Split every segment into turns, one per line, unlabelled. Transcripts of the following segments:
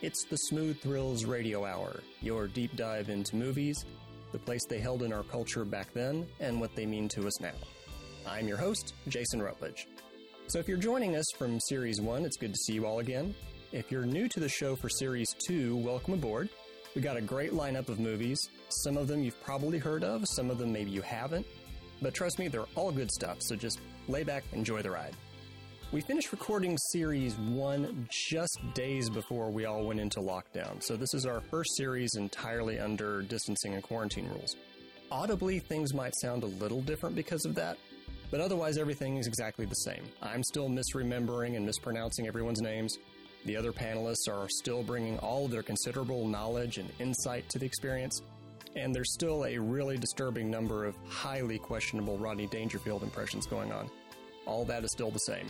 It's the Smooth Thrills Radio Hour, your deep dive into movies, the place they held in our culture back then, and what they mean to us now. I'm your host, Jason Rutledge. So if you're joining us from Series 1, it's good to see you all again. If you're new to the show for Series 2, welcome aboard. We got a great lineup of movies. Some of them you've probably heard of, some of them maybe you haven't. But trust me, they're all good stuff, so just lay back, enjoy the ride. We finished recording series one just days before we all went into lockdown, so this is our first series entirely under distancing and quarantine rules. Audibly, things might sound a little different because of that, but otherwise, everything is exactly the same. I'm still misremembering and mispronouncing everyone's names. The other panelists are still bringing all of their considerable knowledge and insight to the experience, and there's still a really disturbing number of highly questionable Rodney Dangerfield impressions going on. All that is still the same.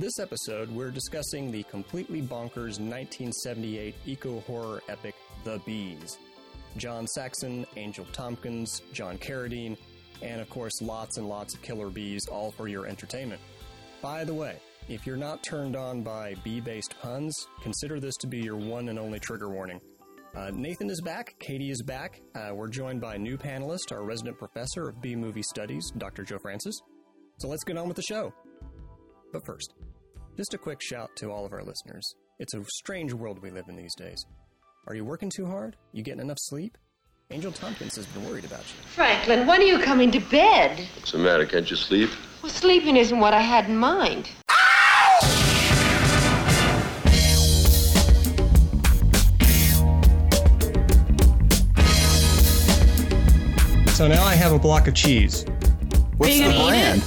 This episode, we're discussing the completely bonkers 1978 eco horror epic The Bees. John Saxon, Angel Tompkins, John Carradine, and of course, lots and lots of killer bees, all for your entertainment. By the way, if you're not turned on by bee based puns, consider this to be your one and only trigger warning. Uh, Nathan is back, Katie is back. Uh, we're joined by a new panelist, our resident professor of bee movie studies, Dr. Joe Francis. So let's get on with the show. But first, just a quick shout to all of our listeners. It's a strange world we live in these days. Are you working too hard? You getting enough sleep? Angel Tompkins has been worried about you.
Franklin, when are you coming to bed?
What's the matter? Can't you sleep?
Well, sleeping isn't what I had in mind.
So now I have a block of cheese.
What's
you
the
gonna eat
brand?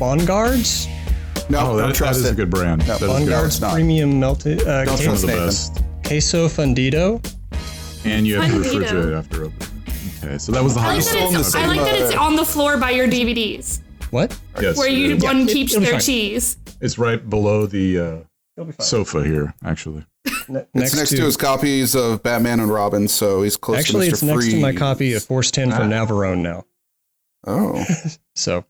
Bongards?
No,
Oh, that,
don't
that
trust
is
it.
a good brand.
No,
That is a good
Vanguard's
brand.
Bongards
it's not.
Premium Melted uh,
Don't
One of
queso,
the
Nathan.
best.
queso Fundido.
And you have to
Fundido.
refrigerate it after opening. Okay, so that was the
I like,
highest.
Still
that
in the
it's, I
same,
like that it's
uh,
on the floor by your DVDs,
What?
Yes,
where you
it is.
one keeps
it'll be
their
fine.
cheese.
It's right below the uh,
You'll be fine.
sofa here, actually.
Ne-
It's next to, his copies of Batman and Robin, so he's close
actually,
to Mr.
it's next to my
Freeze.
copy of Force Ten from Navarone now.
Oh,
So,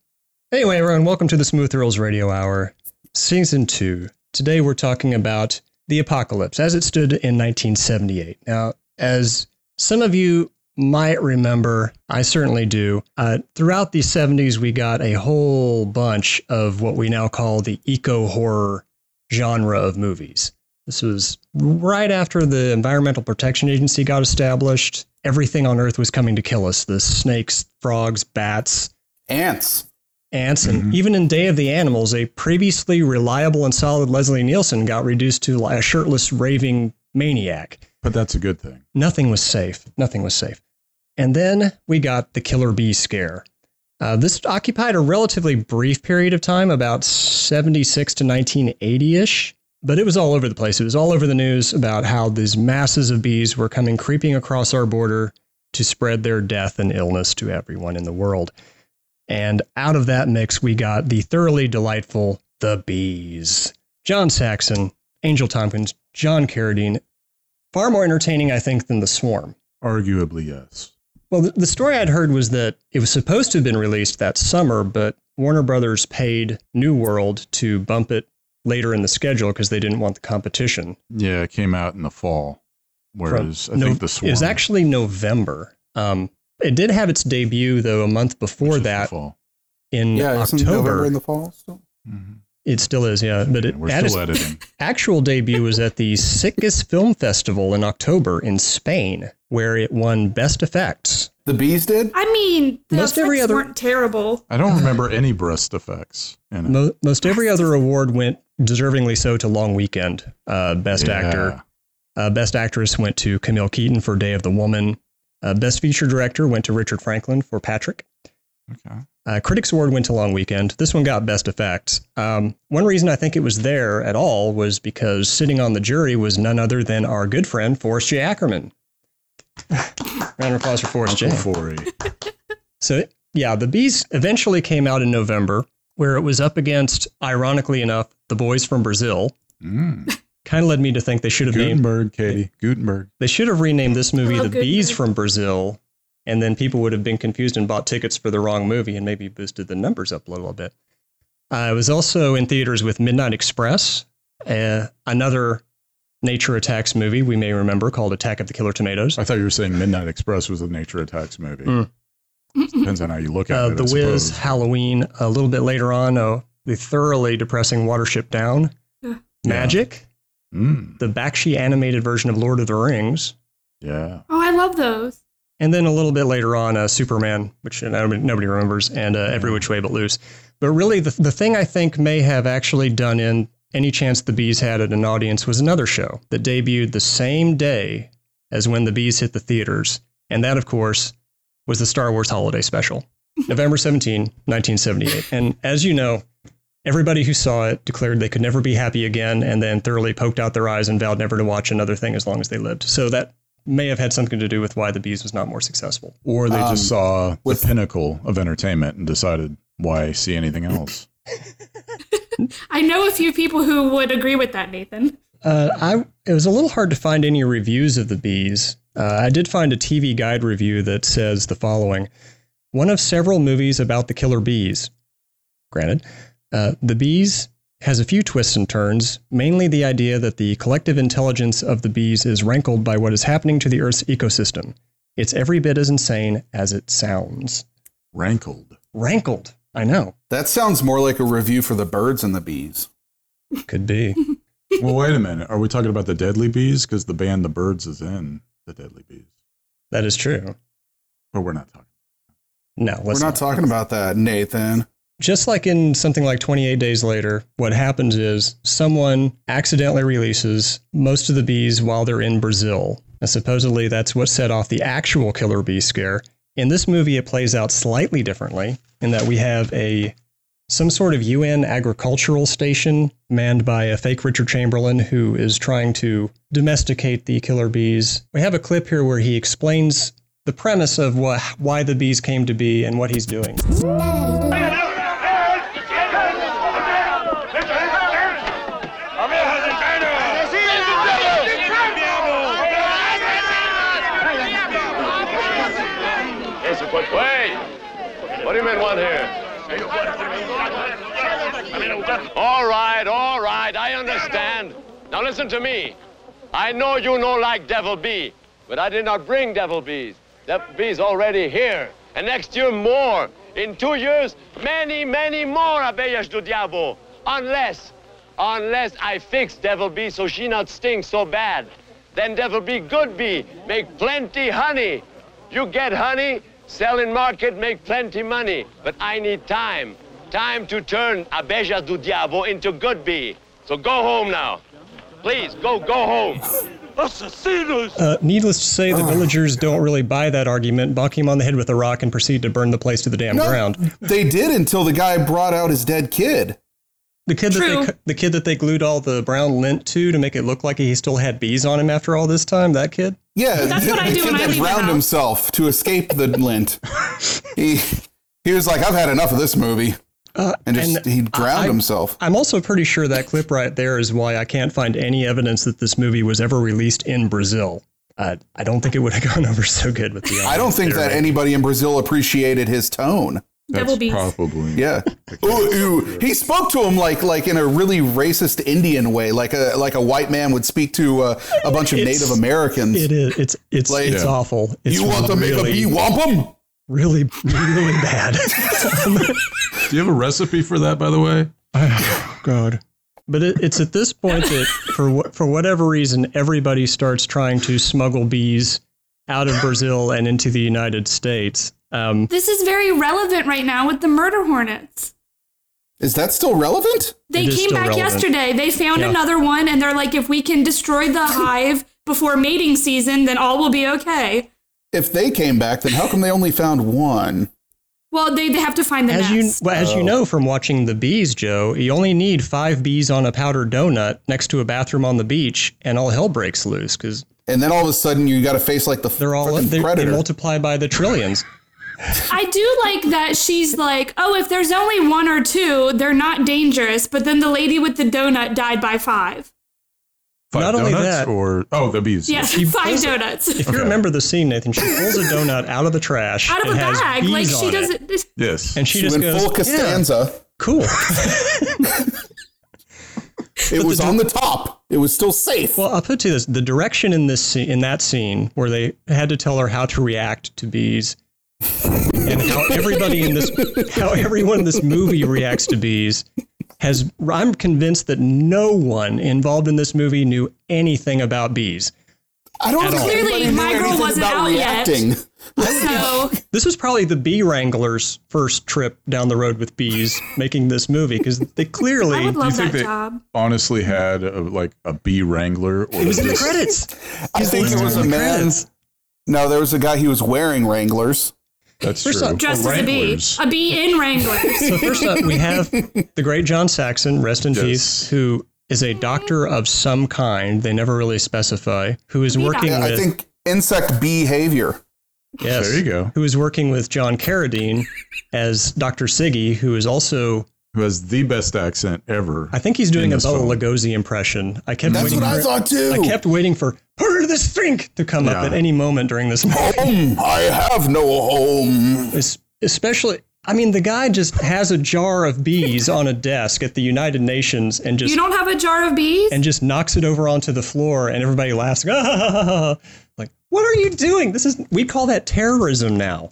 anyway, everyone, welcome to the Smooth Thrills Radio Hour, Season 2. Today we're talking about the apocalypse as it stood in 1978. Now, as some of you might remember, I certainly do, uh, throughout the 70s, we got a whole bunch of what we now call the eco horror genre of movies. This was right after the Environmental Protection Agency got established. Everything on Earth was coming to kill us the snakes, frogs, bats,
ants.
ants, and even in Day of the Animals, a previously reliable and solid Leslie Nielsen got reduced to a shirtless raving maniac.
But that's a good thing.
Nothing was safe. Nothing was safe. And then we got the killer bee scare. Uh, this occupied a relatively brief period of time, about 76 to 1980 ish, but it was all over the place. It was all over the news about how these masses of bees were coming creeping across our border to spread their death and illness to everyone in the world. And out of that mix, we got the thoroughly delightful The Bees. John Saxon, Angel Tompkins, John Carradine, far more entertaining, I think, than The Swarm.
Arguably, yes.
Well, the, the story I'd heard was that it was supposed to have been released that summer, but Warner Brothers paid New World to bump it later in the schedule because they didn't want the competition.
Yeah, it came out in the fall, whereas I
No-
think the
It
swarm
was actually November. Um, it did have its debut, though, a month
which
before
is the
that
fall.
in
Yeah, isn't November
October.
in the fall? Still?
Mhm.
it still is, yeah. But it,
Yeah, we're
at its
still editing.
actual debut was at the Sickest Film Festival in October in Spain, where it won Best Effects.
The bees did.
I mean, the
Most
effects
every other-
weren't terrible.
I don't remember any breast effects. In it.
Mo- most every other award went deservingly so to Long Weekend. Uh, best
Yeah.
actor, uh, best actress went to Camille Keaton for Day of the Woman. Uh, best feature director went to Richard Franklin for Patrick.
Okay.
Uh, Critics Award went to Long Weekend. This one got Best Effects. Um, one reason I think it was there at all was because sitting on the jury was none other than our good friend Forrest J. Ackerman. Round of applause for Forrest J.
Uncle Forey.
So yeah, the bees eventually came out in November, where it was up against, ironically enough, the boys from Brazil.
Mm.
Kind of led me to think they should have named
Gutenberg, Katie. Gutenberg.
they should have renamed this movie
Hello,
The
good
Bees
night.
from Brazil, and then people would have been confused and bought tickets for the wrong movie and maybe boosted the numbers up a little bit. Uh, I was also in theaters with Midnight Express, uh, eh, another nature attacks movie we may remember called Attack of the Killer Tomatoes.
I thought you were saying Midnight Express was a nature attacks movie.
Mm.
Depends on how you look at
uh,
it.
The
I
Wiz,
suppose.
Halloween, a little bit later on, uh, the thoroughly depressing Watership Down,
Yeah.
Magic,
Mm,
the Bakshi animated version of Lord of the Rings,
yeah.
Oh, I love those.
and then a little bit later on, uh, Superman, which nobody, nobody remembers, and uh, Every Which Way But Loose. But really, the, the thing I think may have actually done in any chance the Bees had at an audience was another show that debuted the same day as when the Bees hit the theaters. And that, of course, was the Star Wars Holiday Special, November 17, 1978. And as you know, everybody who saw it declared they could never be happy again and then thoroughly poked out their eyes and vowed never to watch another thing as long as they lived. So that may have had something to do with why the Bees was not more successful.
Or they
Um,
just saw
with-
the pinnacle of entertainment and decided, why see anything else?
I know a few people who would agree with that, Nathan.
Uh, I it was a little hard to find any reviews of the bees. Uh, I did find a TV guide review that says the following: one of several movies about the killer bees. Granted, uh, the bees has a few twists and turns. Mainly the idea that the collective intelligence of the bees is rankled by what is happening to the Earth's ecosystem. It's every bit as insane as it sounds.
Rankled.
Rankled. I know.
That sounds more like a review for the birds and the bees.
Could be.
well, wait a minute. Are we talking about the Deadly Bees? Because the band The Birds is in the Deadly Bees.
that is true.
But we're not talking.
No, let's
We're
not
not talking about that, Nathan.
just like in something like 28 Days Later, what happens is someone accidentally releases most of the bees while they're in Brazil. And supposedly that's what set off the actual killer bee scare. In this movie, it plays out slightly differently in that we have a some sort of UN agricultural station manned by a fake Richard Chamberlain who is trying to domesticate the killer bees. We have a clip here where he explains the premise of wha- why the bees came to be and what he's doing.
Esse foi. Wait! What do you men want here? All right, all right, I understand. Now listen to me. I know you know like devil bee, but I did not bring devil bees. Devil bees already here, and next year more. In two years, many, many more abelhas do diabo. Unless, unless I fix devil bee so she not stink so bad. Then devil bee good bee, make plenty honey. You get honey, sell in market, make plenty money. But I need time. Time to turn Abeja do Diabo into good bee. So go home now. Please, go, go home.
Uh, needless to say,
Ah.
the villagers don't really buy that argument, bonk him on the head with a rock, and proceed to burn the place to the damn ground.
They did until the guy brought out his dead kid.
The kid that
True.
they cu- the kid that they glued all the brown lint to to make it look like he still had bees on him after all this time. That kid.
Yeah,
That's
the,
what I
the
do
kid
when I
that
leave the
drowned
house.
himself to escape the lint. He he was like, I've had enough of this movie, and just
Uh, and
he drowned
I-
himself.
I'm also pretty sure that clip right there is why I can't find any evidence that this movie was ever released in Brazil. Uh, I don't think it would have gone over so good with the.
I don't think that anybody in Brazil appreciated his tone.
Devil bees.
Probably.
Yeah, ooh, ooh. he spoke to him like like in a really racist Indian way, like a like a white man would speak to uh, a bunch of
It's-
Native Americans.
It is. It's it's
Like-
it's
Yeah.
awful. It's
you want to make a
really,
bee wampum?
really really bad.
Do you have a recipe for that, by the way?
Oh, God. But it, it's at this point that, for wh- for whatever reason, everybody starts trying to smuggle bees out of Brazil and into the United States. Um,
This is very relevant right now with the murder hornets.
Is that still relevant?
They
It is
came
still
back
relevant.
yesterday. They found
Yeah.
another one, and they're like, if we can destroy the hive before mating season, then all will be okay.
If they came back, then how come they only found one?
Well, they, they have to find the
as you
nest.
well, as you know from watching the bees, Joe, you only need five bees on a powdered donut next to a bathroom on the beach, and all hell breaks loose because
And then all of a sudden, you got to face like the
they're all
frickin'
they, they
predator.
multiply by the trillions.
I do like that she's like, oh, if there's only one or two, they're not dangerous. But then the lady with the donut died by five.
Five
Not only
donuts
that-
or oh, the bees.
Yes, five donuts.
If you remember the scene, Nathan, she pulls a donut out of the trash
Out of
and
a
has
bag.
bees
Like,
on
she
it.
doesn't.
Yes.
and she,
She
just
went
goes
full
"Yeah,
Costanza.
cool.
It
the
was
dir-
on the top. It was still safe.
Well, I'll put it to you this: the direction in this scene, in that scene, where they had to tell her how to react to bees, and how everybody in this, how everyone in this movie reacts to bees, has. I'm convinced that no one involved in this movie knew anything about bees.
I don't
at
think
all.
Clearly,
anybody knew
my girl
anything
wasn't
about
out yet.
reacting.
So
This was probably the bee wrangler's first trip down the road with bees, making this movie because they clearly.
I would love
think
that
they-
job.
Honestly, had a, like a bee wrangler or
it was in the
just-
credits.
I think it was a man. No, there was a guy. He was wearing Wranglers.
That's
There's
true.
some-
Dressed as a bee.
Wranglers.
A bee in Wranglers.
So first up, we have the great John Saxon, rest in
Yes.
peace, who is a doctor of some kind. They never really specify who is
Bee
working
doctor.
with.
I think insect behavior.
yes,
There you go.
Who is working with John Carradine as Doctor Siggy, who is also
Who has the best accent ever?
I think he's doing
In
a
this
Bella
film.
Lugosi impression. I kept
That's
waiting.
what I
for,
thought too.
I kept waiting for "Put her this drink" to come up
Yeah.
at any moment during this movie.
Home. I have no home.
Es- Especially, I mean, the guy just has a jar of bees on a desk at the United Nations and just
You don't have a jar of bees?
and just knocks it over onto the floor, and everybody laughs. Like, like what are you doing? This is we call that terrorism now.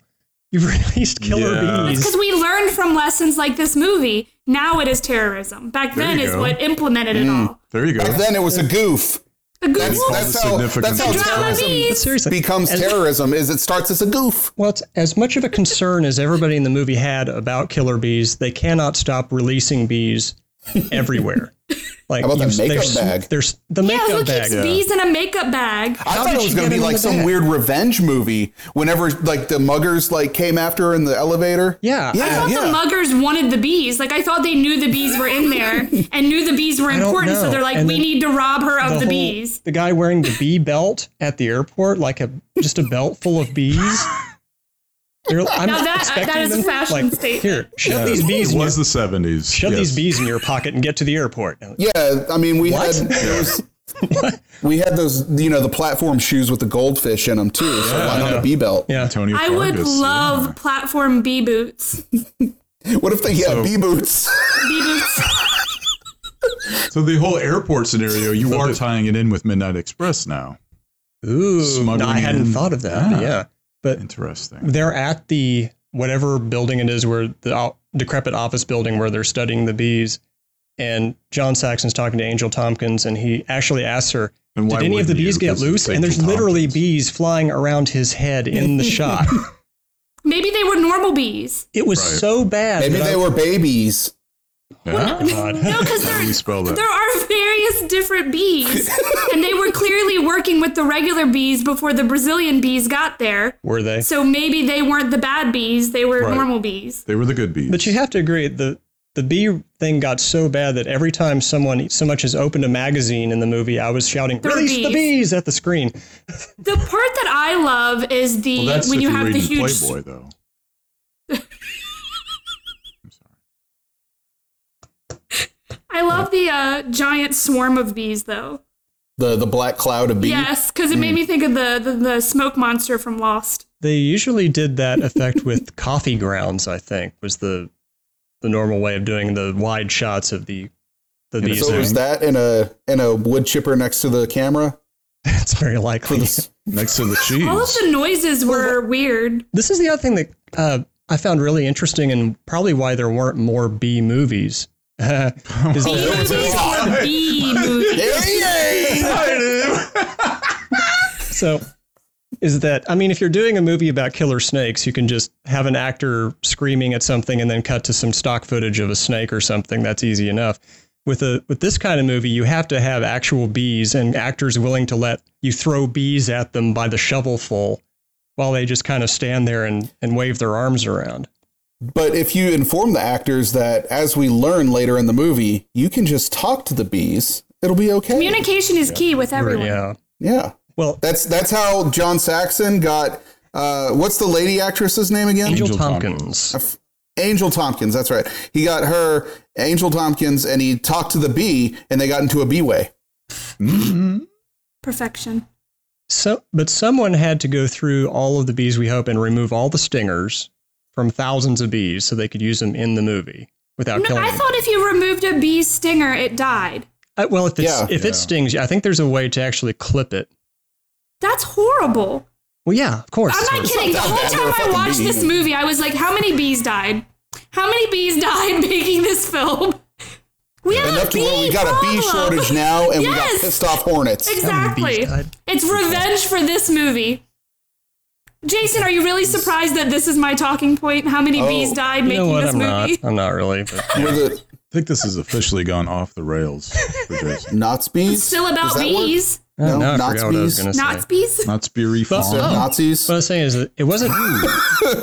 You've released killer
Yeah.
bees.
Because we learned from lessons like this movie. Now it is terrorism. Back
There
then
you
is
go.
what implemented it
Mm.
all.
there you go.
Back then it was a goof.
A good
That's,
wolf.
that's
the
how.
significance
That's how
of
Jar of
terrorism
bees.
But seriously,
becomes
as,
terrorism. Is it starts as a goof?
Well, it's as much of a concern as everybody in the movie had about killer bees. They cannot stop releasing bees everywhere. Like
How about that
you-
makeup
there's-
bag?
There's the
Yeah, who
makeup
keeps
bag.
bees in a makeup bag?
I
How
thought
did
it was
she get
going to be
into
like
the
some
bag?
weird revenge movie. Whenever like the muggers like came after her in the elevator.
Yeah,
I thought the muggers wanted the bees. Like I thought they knew the bees were in there and knew the bees were
don't
important, so
know.
they're like,
And
we
then
need to rob her of the,
whole-
bees.
The guy wearing the bee belt at the airport, like a just a belt full of bees. They're- I'm
Now
not
that- uh,
expecting
that is a
them-
fashion
like,
statement.
Here, shove these bees.
it
In your,
was the seventies.
shove these bees in your pocket and get to the airport.
Yeah, I mean we
What?
had those, we had those you know the platform shoes with the goldfish in them too. So why not a bee belt?
Yeah,
Antonio
I would
Fargas,
love
yeah.
platform bee boots.
What if they yeah bee boots?
Bee boots.
So the whole airport scenario, you are tying it in with Midnight Express now.
ooh, no,
Smuggling
I hadn't
in- Ah.
thought of that. but
Yeah.
yeah, but
Interesting.
they're at the whatever building it is where the o- decrepit office building where they're studying the bees. And John Saxon's talking to Angel Tompkins, and he actually asks her,
And why
"Did any of the
wouldn't
bees
you?
get
This is
loose?" And
Angel
there's literally
Tompkins.
bees flying around his head in the shot.
Maybe they were normal bees.
It was
Right.
so bad.
Maybe
that I-
they were babies.
Yeah?
God.
No, because
How do
there,
we spell that?
there are various different bees, and they were clearly working with the regular bees before the Brazilian bees got there.
were they?
So maybe they weren't the bad bees; they were
Right.
normal bees.
They were the good bees.
But you have to agree the the bee thing got so bad that every time someone so much as opened a magazine in the movie, I was shouting
They're
"Release the
bees."
bees" at the screen.
The part that I love is the
well, that's
when
if
you
are
have the
reading
huge.
Playboy, though.
I love the uh, giant swarm of bees, though.
The the black cloud of bees.
Yes, because it
Hmm.
made me think of the, the the smoke monster from Lost.
They usually did that effect with coffee grounds. I think was the the normal way of doing the wide shots of the the bees.
So it was
there.
that in a in a wood chipper next to the camera
That's very
for
likely.
the
This.
s-
Next to the
All of
cheese.
the noises
Oh,
were weird.
is the other thing that uh, I found really interesting, and probably why there weren't more bee movies. Is
Bee
that-
movies were bee movies.
Yay!
So is that I mean if you're doing a movie about killer snakes, you can just have an actor screaming at something and then cut to some stock footage of a snake or something. That's easy enough. With a with this kind of movie, you have to have actual bees and actors willing to let you throw bees at them by the shovelful while they just kind of stand there and, and wave their arms around.
But if you inform the actors that, as we learn later in the movie, you can just talk to the bees, it'll be okay.
Communication is key with everyone.
Yeah.
yeah,
Well,
that's that's how John Saxon got. Uh, what's the lady actress's name again?
Angel,
Angel
Tompkins.
Angel Tompkins. That's right. He got her Angel Tompkins, and he talked to the bee, and they got into a bee way.
Perfection.
So, but someone had to go through all of the bees we hope and remove all the stingers from thousands of bees so they could use them in the movie without
No,
killing
I
them.
thought if you removed a bee's stinger, it died.
I, well, if it's,
Yeah.
if
Yeah.
it stings you, I think there's a way to actually clip it.
That's horrible.
Well, yeah, of course.
I'm not kidding. The whole
bad. They're a
time I
fucking
watched
bee.
this movie, I was like, how many bees died? How many bees died making this film? We have
Enough
a
to
bee
where we got a bee
problem.
shortage now, and we got
Yes.
pissed off hornets.
How many
Exactly.
bees died?
It's revenge for this movie. Jason, are you really surprised that this is my talking point? How many bees
Oh.
died
You know
making
what?
this
I'm not.
movie?
I'm not really. But
Were the
I think this has officially gone off the rails for Jason.
Knots bees?
Still about
Does that work?
bees.
no,
No,
now I
Knott's
forgot what I was
bees.
going to say.
Not bees.
Not Speary
Said
Farm.
Nazis?
What I was saying is that it wasn't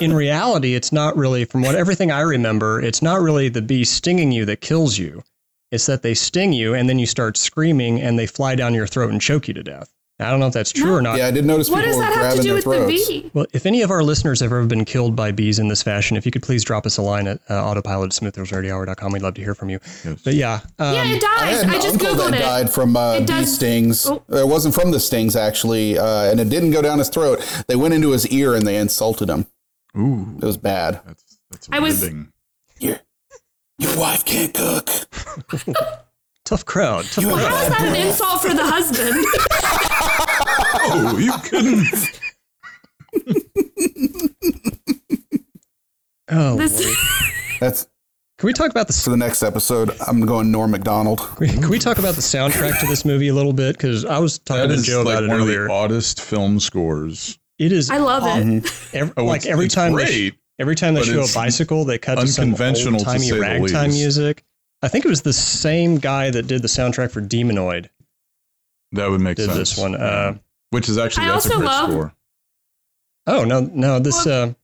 in reality. It's not really from what everything I remember. It's not really the bee stinging you that kills you. It's that they sting you and then you start screaming and they fly down your throat and choke you to death. I don't know if that's true or not.
Yeah, I did notice
What
people
does
were
that have
grabbing
to do
their
with the
throats.
bee?
Well, if any of our listeners have ever been killed by bees in this fashion, if you could please drop us a line at uh, autopilot We'd love to hear from you. But yeah, um,
yeah, it
I
dies.
had an
I, just
uncle
googled
that
it.
died from uh,
It
bee
does-
stings. Uh,
Oh.
It wasn't from the stings actually, uh, and it didn't go down his throat. They went into his ear and they insulted him.
Ooh,
It was bad.
that's that's
I was-
ribbing.
Your wife can't cook.
tough crowd. Tough
Well,
crowd.
how is that an insult for the husband?
Oh, you couldn't.
Oh,
This-
Lord.
That's
can we talk about the
for the next episode. I'm going Norm Macdonald.
Can we talk about the soundtrack to this movie a little bit? Because I was talking
That
to
is
Joe
like
about it
one of the
earlier.
oddest film scores.
It is
I love it.
ev-
Oh,
like
it's-
every
it's
time they
great.
every time they
but
show a
it's
bicycle, they cut to some
unconventional
old
to
timey
say the
ragtime
least.
music. I think it was the same guy that did the soundtrack for Demonoid
That would make
did
sense.
this one. Uh,
Which is actually
I
that's a
also
great
love-
score.
oh no, no, this uh,
um,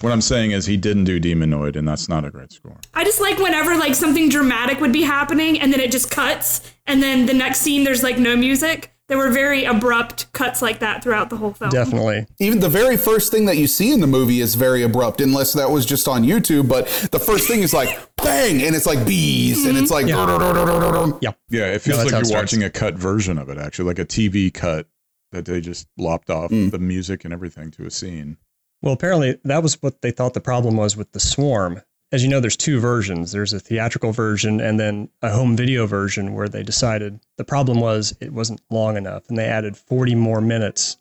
What I'm saying is he didn't do Demonoid, and that's not a great score.
I just like whenever like something dramatic would be happening and then it just cuts and then the next scene there's like no music. There were very abrupt cuts like that throughout the whole film.
definitely
Even the very first thing that you see in the movie is very abrupt, unless that was just on YouTube. But the first thing is like bang, and it's like bees, and it's like
Yeah, it feels
that's
like
how
you're
it starts.
watching a cut version of it, actually, like a TV cut that they just lopped off
Hmm.
the music and everything to a scene.
well. Apparently, that was what they thought the problem was with the Swarm. As you know, there's two versions. There's a theatrical version and then a home video version where they decided the problem was it wasn't long enough, and they added 40 more minutes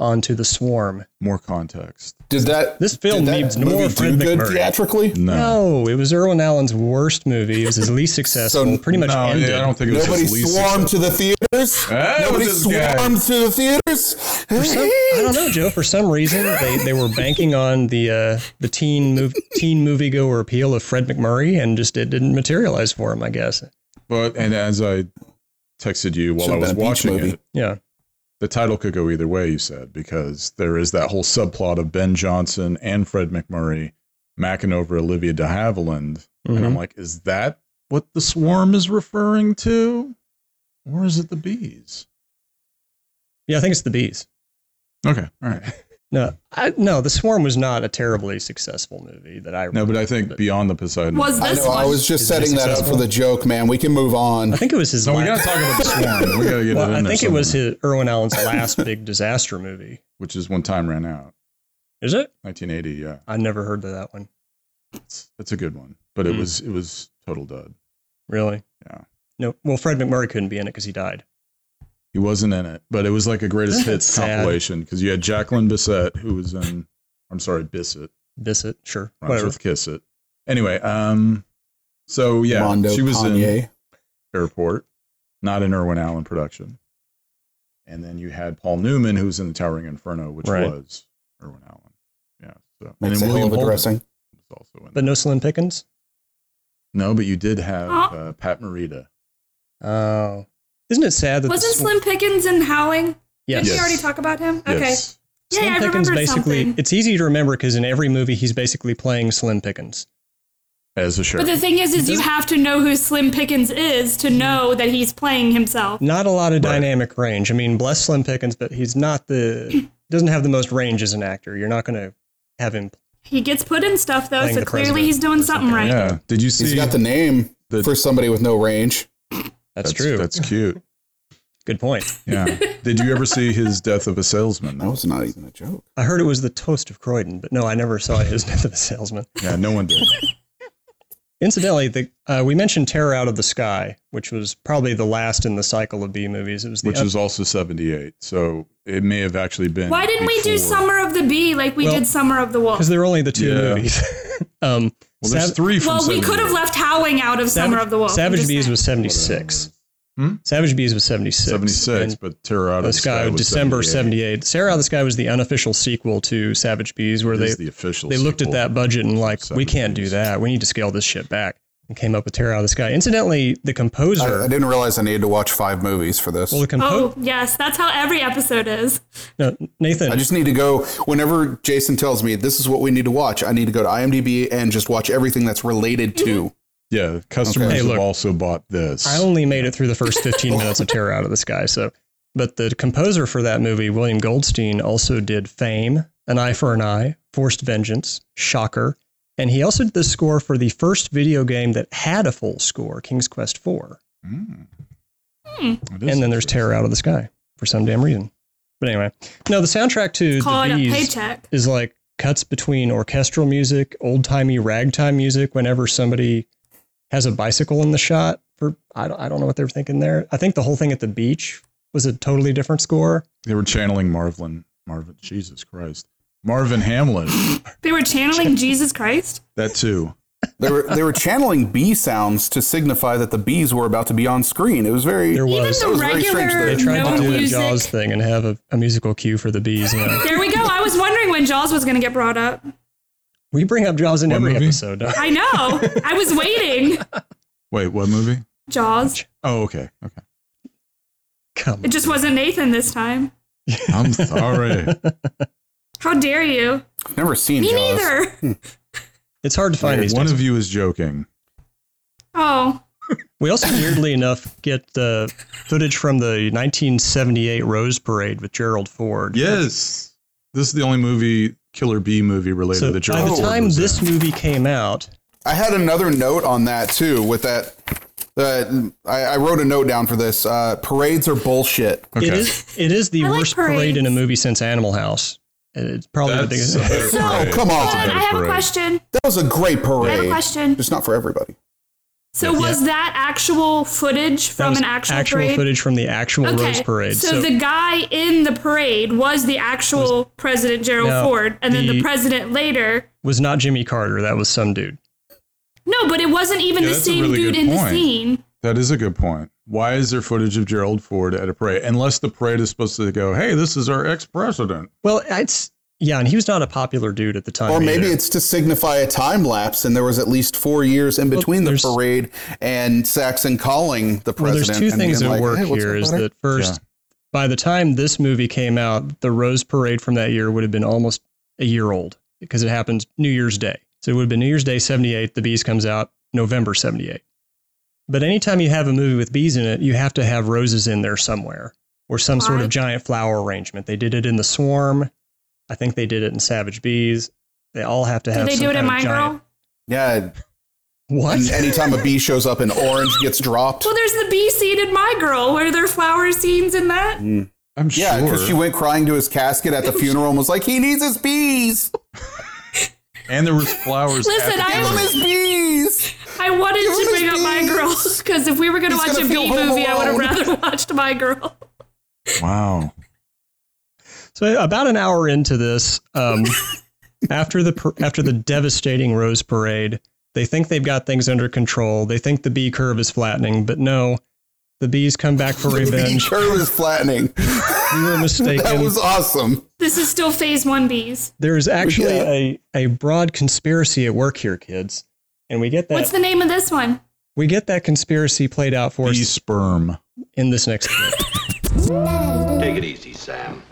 onto the Swarm.
More context.
Did that?
This film
did that
needs more
movie
Fred
do good
McMurray.
theatrically?
No,
No, it was Irwin Allen's worst movie. It was his least successful.
So,
pretty much
no,
ended.
I don't think it was
Nobody
his least
swarmed to the theaters.
Hey,
Nobody
this guy.
swarmed to the theaters.
Some- I don't know, Joe. For some reason, they, they were banking on the uh, the teen mov- teen moviegoer appeal of Fred McMurray, and just it didn't materialize for him. I guess.
But and as I texted you while
Should've
I was
been a beach
watching
movie.
it,
Yeah,
the title could go either way. You said because there is that whole subplot of Ben Johnson and Fred McMurray macking over Olivia De Havilland, and I'm
Mhm.
like, is that what the swarm is referring to, or is it the bees?
yeah. I think it's the bees.
Okay, all right.
No, I, no. The Swarm was not a terribly successful movie that I.
No, but I think
But-
Beyond the Poseidon.
Was
I
this
know. I
one?
was just
Is it
setting that up
successful?
for the joke, man. We can move on.
I think it was his.
no, we
last,
gotta talk about the swarm. We gotta get
well,
it in
I
there
think it was
somewhere,
his Irwin Allen's last big disaster movie.
which is when time ran out.
Is it?
1980. Yeah,
I never heard of that one.
it's, it's a good one, but it
Hmm.
was it was total dud.
Really?
Yeah.
No. Well, Fred McMurray couldn't be in it because he died.
He wasn't in it, but it was like a greatest
Isn't it
hits
sad?
compilation because you had Jacqueline Bissett, who was in, I'm sorry, Bissett,
Bissett, sure,
rhymes
whatever.
with Kiss It. Anyway, um, so yeah,
Mondo
she was in
Kanye.
Airport, not an Irwin Allen production. And then you had Paul Newman, who was in The Towering Inferno, which
Right.
was Irwin Allen. Yeah, so
Makes a
and then
hell of a
Holden
dressing.
was also in.
But no Slim Pickens.
no, but you did have
Oh.
uh, Pat Morita.
Oh, isn't it sad that the
Wasn't
sw-
Slim Pickens in Howling?
Yes.
Didn't
Yes.
we already talk about him?
Yes.
Okay.
Slim
Yeah, I
Pickens
remembered
basically.
something.
It's easy to remember because in every movie he's basically playing Slim Pickens.
as a
But
sheriff.
the thing is, is you have to know who Slim Pickens is to know that he's playing himself.
Not a lot of
Right.
dynamic range. I mean, bless Slim Pickens, but he's not the doesn't have the most range as an actor. You're not going to have him.
He gets put in stuff though,
Playing
so
the
clearly
president
he's doing something right.
yeah. Did you see?
He's got the name
the-
for somebody with no range.
That's, true.
That's cute.
Good point.
Yeah. Did you ever see his Death of a Salesman?
That was not even a joke.
I heard it was the toast of Croydon, but no, I never saw his Death of a Salesman.
Yeah, no one did.
Incidentally, the, uh, we mentioned Terror Out of the Sky, which was probably the last in the cycle of B movies. It was the
which is also 78. So it may have actually been.
Why didn't we do
before.
Summer of the Bee like we
Well,
did Summer of the Wolf?
because there were only the two
Yeah.
movies. um,
Well, there's
Sav-
three from
Well, we could have
78.
left Howling out of Summer of the Wolf. I'm
Savage
just
Bees
saying.
was seventy six. Savage Bees was seventy six.
76, Hmm? but Terror Out of
the Sky,
was
December seventy eight. Sarah Out of the Sky was the unofficial sequel to Savage Bees, where
It
they
is the official
they looked at
sequel.
that budget and like we
Savage
can't do
Bees.
that. We need to scale this shit back, and came up with Terror Out of the Sky. Incidentally, the composer.
I, I didn't realize I needed to watch five movies for this.
well, the compo-
Oh, yes, that's how every episode is.
no, Nathan.
I just need to go. Whenever Jason tells me this is what we need to watch, I need to go to IMDb and just watch everything that's related to.
Yeah, customers
Hey, look.
have also bought this.
I only made it through the first 15 minutes of Terror Out of the Sky. So, but the composer for that movie, William Goldstein, also did Fame, An Eye for an Eye, Forced Vengeance, Shocker, and he also did the score for the first video game that had a full score, King's Quest IV.
It is
And then there's
interesting.
Terror Out of the Sky for some damn reason. But anyway, no, the soundtrack to
Call it
the
a
Bees
paycheck.
is like cuts between orchestral music, old timey ragtime music. Whenever somebody has a bicycle in the shot, for I don't, I don't know what they were thinking there. I think the whole thing at the beach was a totally different score.
They were channeling Marvin. Marvin. Jesus Christ. Marvin Hamlin.
They were channeling Jesus Christ.
that too.
They were they were channeling bee sounds to signify that the bees were about to be on screen. It was very.
There was.
Even the
was very strange
regular
They
there.
tried
no
to do the
music.
Jaws thing and have a, a musical cue for the bees. You know.
There we go. I was wondering when Jaws was going to get brought up.
we bring up Jaws in
What
every
movie?
episode. don't we?
I know. I was waiting.
Wait, what movie?
Jaws.
Oh, okay. Okay.
Come
It just wasn't Nathan this time.
I'm sorry.
How dare you?
I've never seen
Me
Jaws.
neither.
It's hard to find these
One
days.
of you is joking.
Oh,
we also, weirdly enough, get the footage from the 1978 Rose Parade with Gerald Ford.
Yes. This is the only movie, Killer Bee movie related
So
that
by
Gerald
the
Ford
time
was
this
in.
movie came out,
I had another note on that too. With that, uh, I, I wrote a note down for this. Uh, parades are bullshit.
Okay.
It is it is the
I like
worst parade
parades.
in a movie since Animal House. It's probably the
That's
biggest.
a better
So-
parade.
Oh come
hold on.
on!
I have a
parade.
question.
That was a great
I have a
parade.
question.
Just not for everybody.
So was that actual footage
That
from
was
an actual, parade?
footage from the actual Rose Parade.
So, the guy in the parade was the actual President Gerald
No,
Ford, and then
the-
the president later.
was not Jimmy Carter. That was some dude.
No, but it wasn't even
Yeah,
the
that's a
same
really
dude
good
in the
point.
scene.
That is a good point. Why is there footage of Gerald Ford at a parade? Unless the parade is supposed to go, hey, this is our ex president.
Well, it's yeah, and he was not a popular dude at the time.
Or maybe
either.
it's to signify a time lapse, and there was at least four years in between the
there's-
parade and Saxon calling the
well,
president.
there's two
and
things at
being like,
work
"Hey, what's
here.
up,
Is
buddy?"
that first, by the time this movie came out, the Rose Parade from that year would have been almost a year old because it happened New Year's Day. So it would have been New Year's Day '78. The Bees comes out November '78. But anytime you have a movie with bees in it, you have to have roses in there somewhere or some sort of
Right.
giant flower arrangement. They did it in The Swarm. I think they did it in Savage Bees. They all have to
Did
have.
they
some
do it
kind
in
of
Mind
giant-
Girl?
yeah,
What?
and anytime a bee shows up, an orange gets dropped.
Well, there's the B scene in My Girl. Were there flower scenes in that?
Mm. I'm
Yeah,
sure.
because she went crying to his casket at the funeral and was like, "He needs his bees.
and there was flowers.
Listen,
at the
I-
Give him
parade.
his bees."
I wanted
Give
to
him
bring
his
up My
bees.
Girl because if we were going to
He's
watch a
gonna feel
B
home
movie, I would have
alone.
rather watched My Girl.
Wow.
So about an hour into this, um, after the par- after the devastating Rose Parade, they think they've got things under control. They think the B curve is flattening, but no, the bees come back for
Bee
revenge.
curve is flattening.
we were
That
mistaken.
was awesome.
This is still Phase One Bs.
there is actually a, a broad conspiracy at work here, kids, and we get that
What's the name of this one?
we get that conspiracy played out for
Bee
us
sperm.
in this next.
Take it easy, Sam.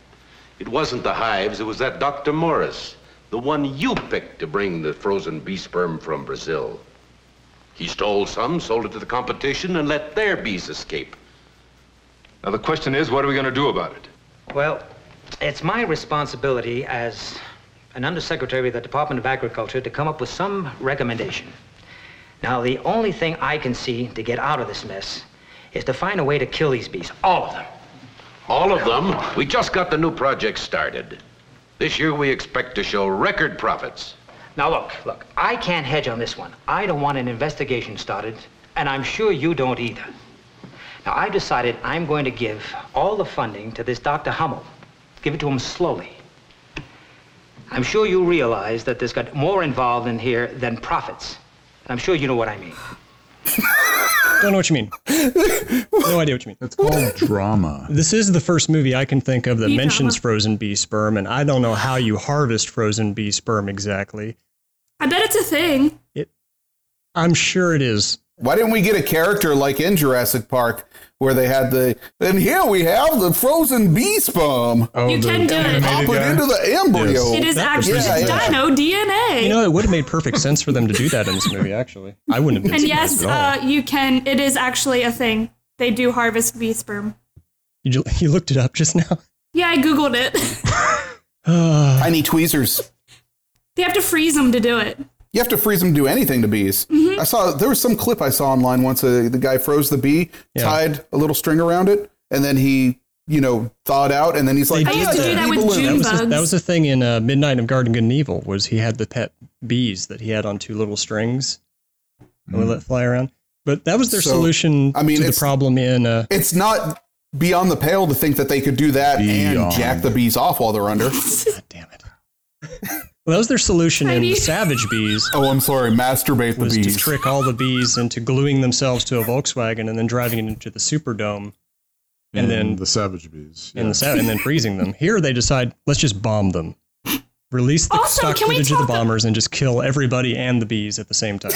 It wasn't the hives, it was that Dr. Morris, the one you picked to bring the frozen bee sperm from Brazil. He stole some, sold it to the competition, and let their bees escape. Now, the question is, what are we going to do about it?
Well, it's my responsibility as an undersecretary of the Department of Agriculture to come up with some recommendation. Now, the only thing I can see to get out of this mess is to find a way to kill these bees, all of them.
All of them. We just got the new project started. This year, we expect to show record profits.
Now, look, look, I can't hedge on this one. I don't want an investigation started, and I'm sure you don't either. Now, I've decided I'm going to give all the funding to this Dr. Hummel. Give it to him slowly. I'm sure you realize that there's got more involved in here than profits. I'm sure you know what I mean.
Don't know what you mean. no idea what you mean.
It's called drama.
This is the first movie I can think of that
Yeah.
mentions frozen bee sperm, and I don't know how you harvest frozen bee sperm exactly.
I bet it's a thing.
I'm sure it is.
Why didn't we get a character like in Jurassic Park where they had the and here we have the frozen bee sperm
Oh,
You can do it.
animated
pop it
guy?
into the embryo.
It is
Oh, that was
actually
pretty
just
cool.
dino DNA.
You know, it would have made perfect sense for them to do that in this movie, actually. I wouldn't have been
and
surprised
yes,
at all.
uh, you can. It is actually a thing. They do harvest bee sperm.
you, ju- you looked it up just now.
Yeah, I googled it.
Tiny tweezers.
they have to freeze them to do it.
You have to freeze them to do anything to bees.
Mm-hmm.
I saw there was some clip I saw online once. Uh, the guy froze the bee,
Yeah.
tied a little string around it, and then he, you know, thawed out. And then he's like,
They
I used
"Yeah,
to
it's a
do that
bee
with
balloon."
June
That was, the, that
Bugs.
was the thing in uh, Midnight of Garden Good and Evil was he had the pet bees that he had on two little strings and would let fly around. But that was their
Mm. So,
solution
I mean,
to the
it's-
problem in uh,
It's not beyond the pale to think that they could do that and
Beyond.
jack the bees off while they're under.
God damn it. Well, that was their solution in
Tiny.
Savage Bees
oh, I'm sorry, masturbate the
was to
bees.
trick all the bees into gluing themselves to a Volkswagen and then driving it into the Superdome And then-
the Savage Bees.
and the sa- and then freezing them. Here they decide let's just bomb them. Release the
Also,
stock
can we
footage of the
talk-
bombers and just kill everybody and the bees at the same time.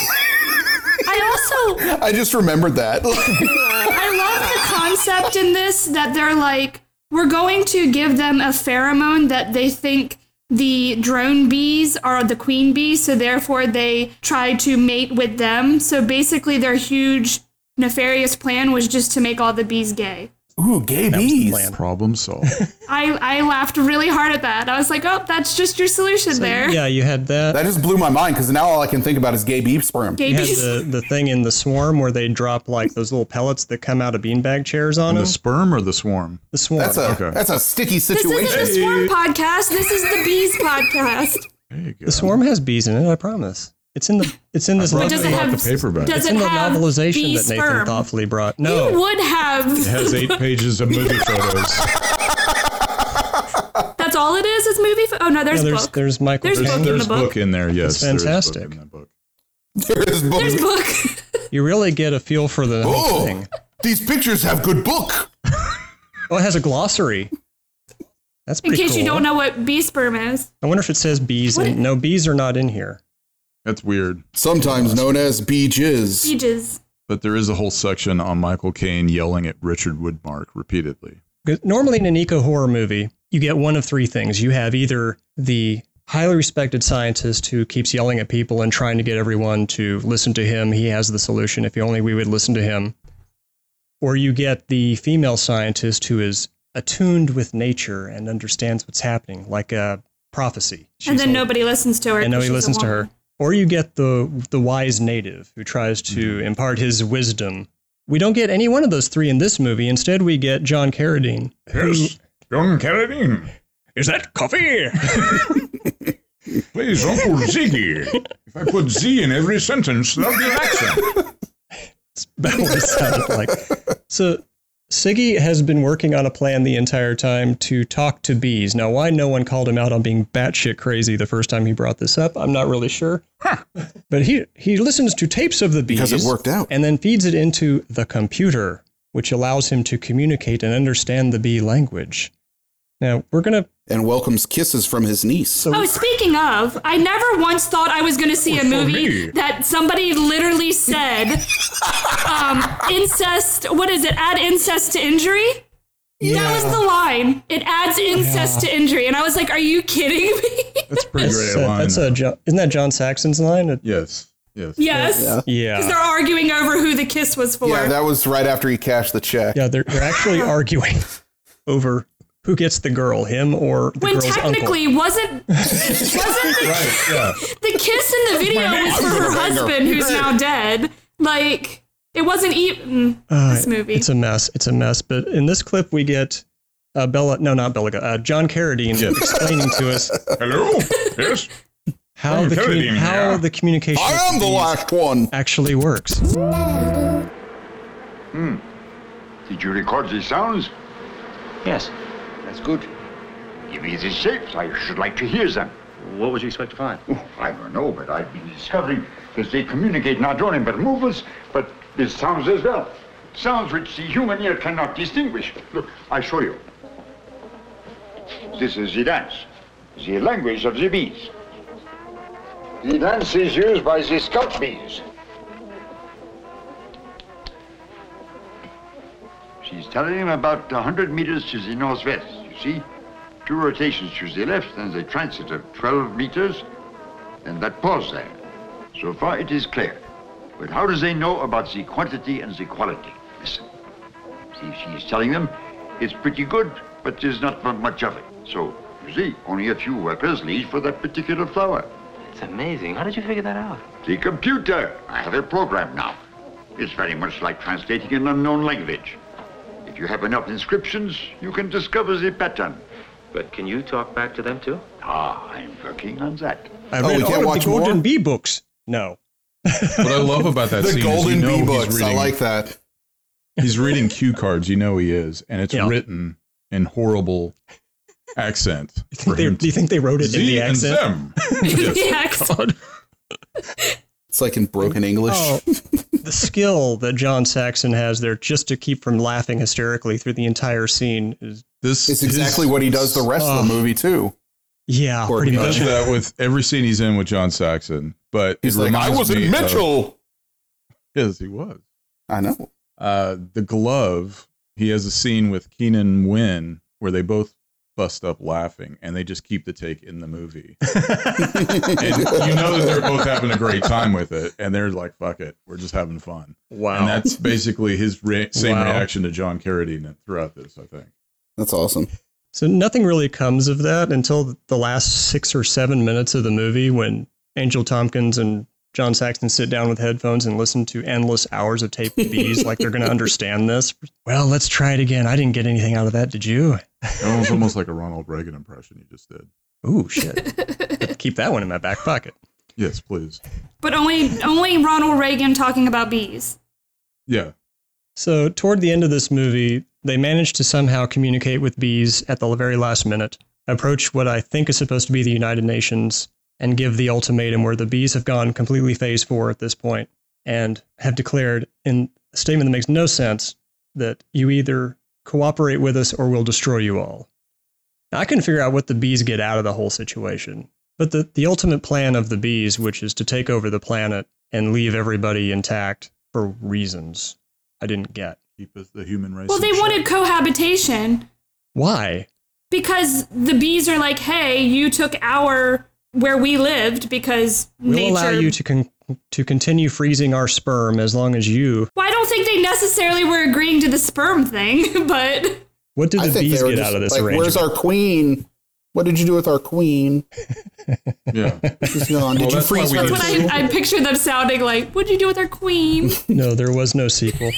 I also
I just remembered that.
I love the concept in this that they're like, we're going to give them a pheromone that they think the drone bees are the queen bees, so therefore they try to mate with them. So basically, their huge nefarious plan was just to make all the bees gay.
Ooh, gay
That was the
bees.
plan.
Problem solved.
I, I laughed really hard at that. I was like, oh, that's just your solution there.
Yeah, you had that.
That just blew my mind because now all I can think about is gay bee sperm.
Gay
you had
bees.
the, the thing in the swarm where they drop like those little pellets that come out of beanbag chairs on
And
them.
the sperm or the swarm?
The swarm.
That's a
Okay.
that's a sticky
this isn't a
situation.
swarm podcast. This is the bees podcast.
There you go.
the swarm has bees in it. I promise. It's in the it's in this.
But
lovely-
Does it
Not
have
the paperback.
Does
it's
it
in the
have
novelization
bee
that Nathan
sperm?
thoughtfully brought. No,
You would have.
It has eight pages of movie photos.
That's all it is. Is movie? Pho- oh no,
Yeah,
there's,
there's,
book.
there's Michael
There's
Caine.
book in
There's
the book.
book in there.
It's
Yes, there is book
fantastic.
in that book.
There's book.
There's book.
You really get a feel for the whole
Oh.
thing.
These pictures have good book.
Oh, it has a glossary. That's
In
pretty
case you
cool.
don't know what bee sperm is.
I wonder if it says bees.
What
In, no, bees are not in here.
That's weird.
Sometimes known as bee jizz.
Sieges.
But there is a whole section on Michael Caine yelling at Richard Woodmark repeatedly.
'Cause Normally, in an eco horror movie, you get one of three things. You have either the highly respected scientist who keeps yelling at people and trying to get everyone to listen to him. He has the solution. If only we would listen to him. Or you get the female scientist who is attuned with nature and understands what's happening, like a prophecy.
And then
She's a-
nobody listens to her.
and
'cause
nobody
she's a
listens to her.
woman.
Or you get the the wise native who tries to impart his wisdom. We don't get any one of those three in this movie. Instead, we get John Carradine. who-
John Carradine.
Is that coffee?
Please, Uncle Ziggy. If I put Z in every sentence, that'd be an accent.
That's what it sounded like. So Siggy has been working on a plan the entire time to talk to bees. Now, why no one called him out on being batshit crazy the first time he brought this up, I'm not really sure. But he he listens to tapes of the bees
Because it worked out.
and then feeds it into the computer, which allows him to communicate and understand the bee language. Now we're gonna
And welcomes kisses from his niece.
Oh, speaking of, I never once thought I was going to see a movie
me.
that somebody literally said, um, incest, what is it? Add incest to injury? That was the line. It adds incest to injury. And I was like, are you kidding me?
That's pretty
that's
great
a,
line.
uh, that's a Jo- isn't that John Saxon's line?
yes, yes.
yes.
Yeah.
They're arguing over who the kiss was for.
Yeah, that was right after he cashed the check.
Yeah, they're, they're actually arguing over who gets the girl, him or the
when
girl's
technically wasn't wasn't the
Yeah.
the kiss in the video was for her husband, who's now dead. Like it wasn't even
uncle.
this movie.
It's a mess. It's a mess. But in this clip, we get uh, Bella. No, not Bella. Uh, John Carradine explaining to us
Hello? Yes?
how the commu-
Interrogating,
how
yeah.
the communication
I am the last one.
actually works.
Did you record the sounds?
Yes.
That's good. Give me the shapes. I should like to hear them.
What would you expect to find?
Oh, I don't know, but I've been discovering that they communicate not only by movements, but with sounds as well. Sounds which the human ear cannot distinguish. Look, I show you. This is the dance, the language of the bees. The dance is used by the scout bees. She's telling him about 100 meters to the northwest, you see? Two rotations to the left and the transit of 12 meters and that pause there. So far it is clear. But how do they know about the quantity and the quality? Listen. See, she is telling them it's pretty good, but there's not much of it. So, you see, only a few workers leave for that particular flower.
It's amazing. How did you figure that out?
The computer. I have a program now. It's very much like translating an unknown language. If you have enough inscriptions, you can discover the pattern.
But can you talk back to them too?
Ah, I'm working on that.
I
Oh,
read
we
all
can't
of
watch
the Golden
more?
Bee books. No,
What I love about that
The
scene is you
Golden
know
Bee
he's
books. I
reading-
like that.
he's reading cue cards. You know he is, and it's
Yeah.
written in horrible accent. for
They-
him
do you think they wrote
to-
it in
"Thee
the
and
accent?
them."
Yeah,
It's like in broken English.
Oh, the skill that John Saxon has there just to keep from laughing hysterically through the entire scene is
This
It's exactly what he does the rest of the movie too.
yeah,
Poor
pretty
He does
much.
that with every scene he's in with John Saxon, but
He's
it
like, I
reminds
was
me
in
of-
Mitchell.
Yes, he was.
I know.
Uh, the glove. He has a scene with Keenan Wynn where they both bust up laughing, and they just keep the take in the movie. and you know that they're both having a great time with it, and they're like, "Fuck it, we're just having fun."
Wow.
And that's basically his re- same
Wow.
reaction to John Carradine throughout this. I think.
That's awesome.
So nothing really comes of that until the last six or seven minutes of the movie when Angel Tompkins and John Saxton sit down with headphones and listen to endless hours of tape of bees like they're going to understand this. Well, let's try it again. I didn't get anything out of that, did you?
That was almost like a Ronald Reagan impression you just did.
Ooh, shit. Keep that one in my back pocket.
Yes, please.
but only only Ronald Reagan talking about bees.
Yeah.
So, toward the end of this movie, they manage to somehow communicate with bees at the very last minute, approach what I think is supposed to be the United Nations, and give the ultimatum where the bees have gone completely phase four at this point and have declared in a statement that makes no sense that you either cooperate with us or we'll destroy you all. Now, I couldn't figure out what the bees get out of the whole situation, but the, the ultimate plan of the bees, which is to take over the planet and leave everybody intact for reasons I didn't get.
Keep us the human race.
Well,
in
they
check.
wanted cohabitation
Why?
because the bees are like, "Hey, you took our where we lived because
We'll
nature."
allow you to con- to continue freezing our sperm as long as you.
well, I don't think they necessarily were agreeing to the sperm thing, but
What do
I
the
think
bees
they were
get
just
out of this
like,
arrangement?
where's our queen? What did you do with our queen?
Yeah.
She's gone. Did
Well,
you
that's why
freeze
we
her?
need
that's what I, I picture them sounding like. What'd you do with our queen?
no, there was no sequel.